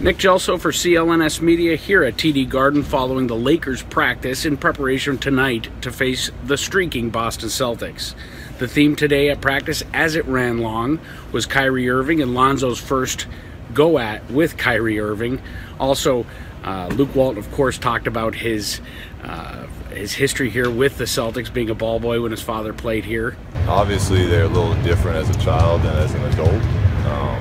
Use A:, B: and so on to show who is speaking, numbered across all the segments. A: Nick Gelso for CLNS Media here at TD Garden following the Lakers practice in preparation tonight to face the streaking Boston Celtics. The theme today at practice, as it ran long, was Kyrie Irving and Lonzo's first go at with Kyrie Irving. Also, uh, Luke Walton, of course, talked about his uh, his history here with the Celtics, being a ball boy when his father played here.
B: obviously they're a little different as a child and as an adult. Um,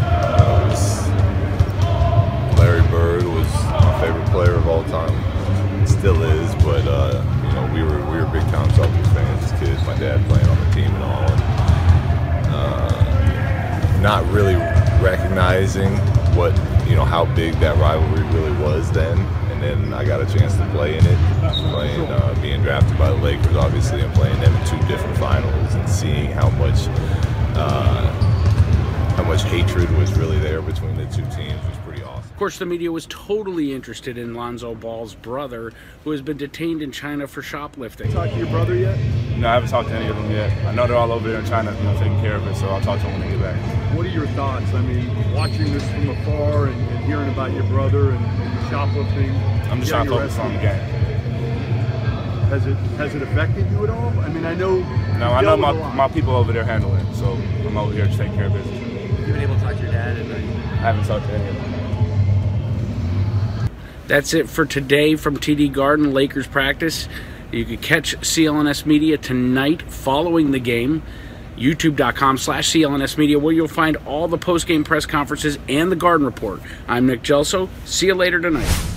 B: I was- uh, Larry Bird was my favorite player of all time, still is. But uh, you know, we were we were big time Celtics fans as kids. My dad playing on the team and all. And, uh, not really recognizing what you know how big that rivalry really was then. And then I got a chance to play in it, playing, uh, being drafted by the Lakers, obviously, and playing them in two different finals, and seeing how much, uh, how much hatred was really there between the two teams was pretty awesome.
A: Of course, the media was totally interested in Lonzo Ball's brother, who has been detained in China for shoplifting.
C: talked to your brother yet?
D: No, I haven't talked to any of them yet. I know they're all over there in China, you know, taking care of it, so I'll talk to them when they get back.
C: What are your thoughts? I mean, watching this from afar and, and hearing about your brother and, and the shoplifting.
D: I'm just trying to focus on the game.
C: Has it has it affected you at all? I mean, I know.
D: No, I know my, my people over there handle it, so I'm over here just taking care of business. You've been able to talk to your dad? And I haven't talked to any of them.
A: That's it for today from TD Garden Lakers practice. You can catch CLNS Media tonight following the game. YouTube.com slash CLNS Media, where you'll find all the post game press conferences and the Garden Report. I'm Nick Gelso. See you later tonight.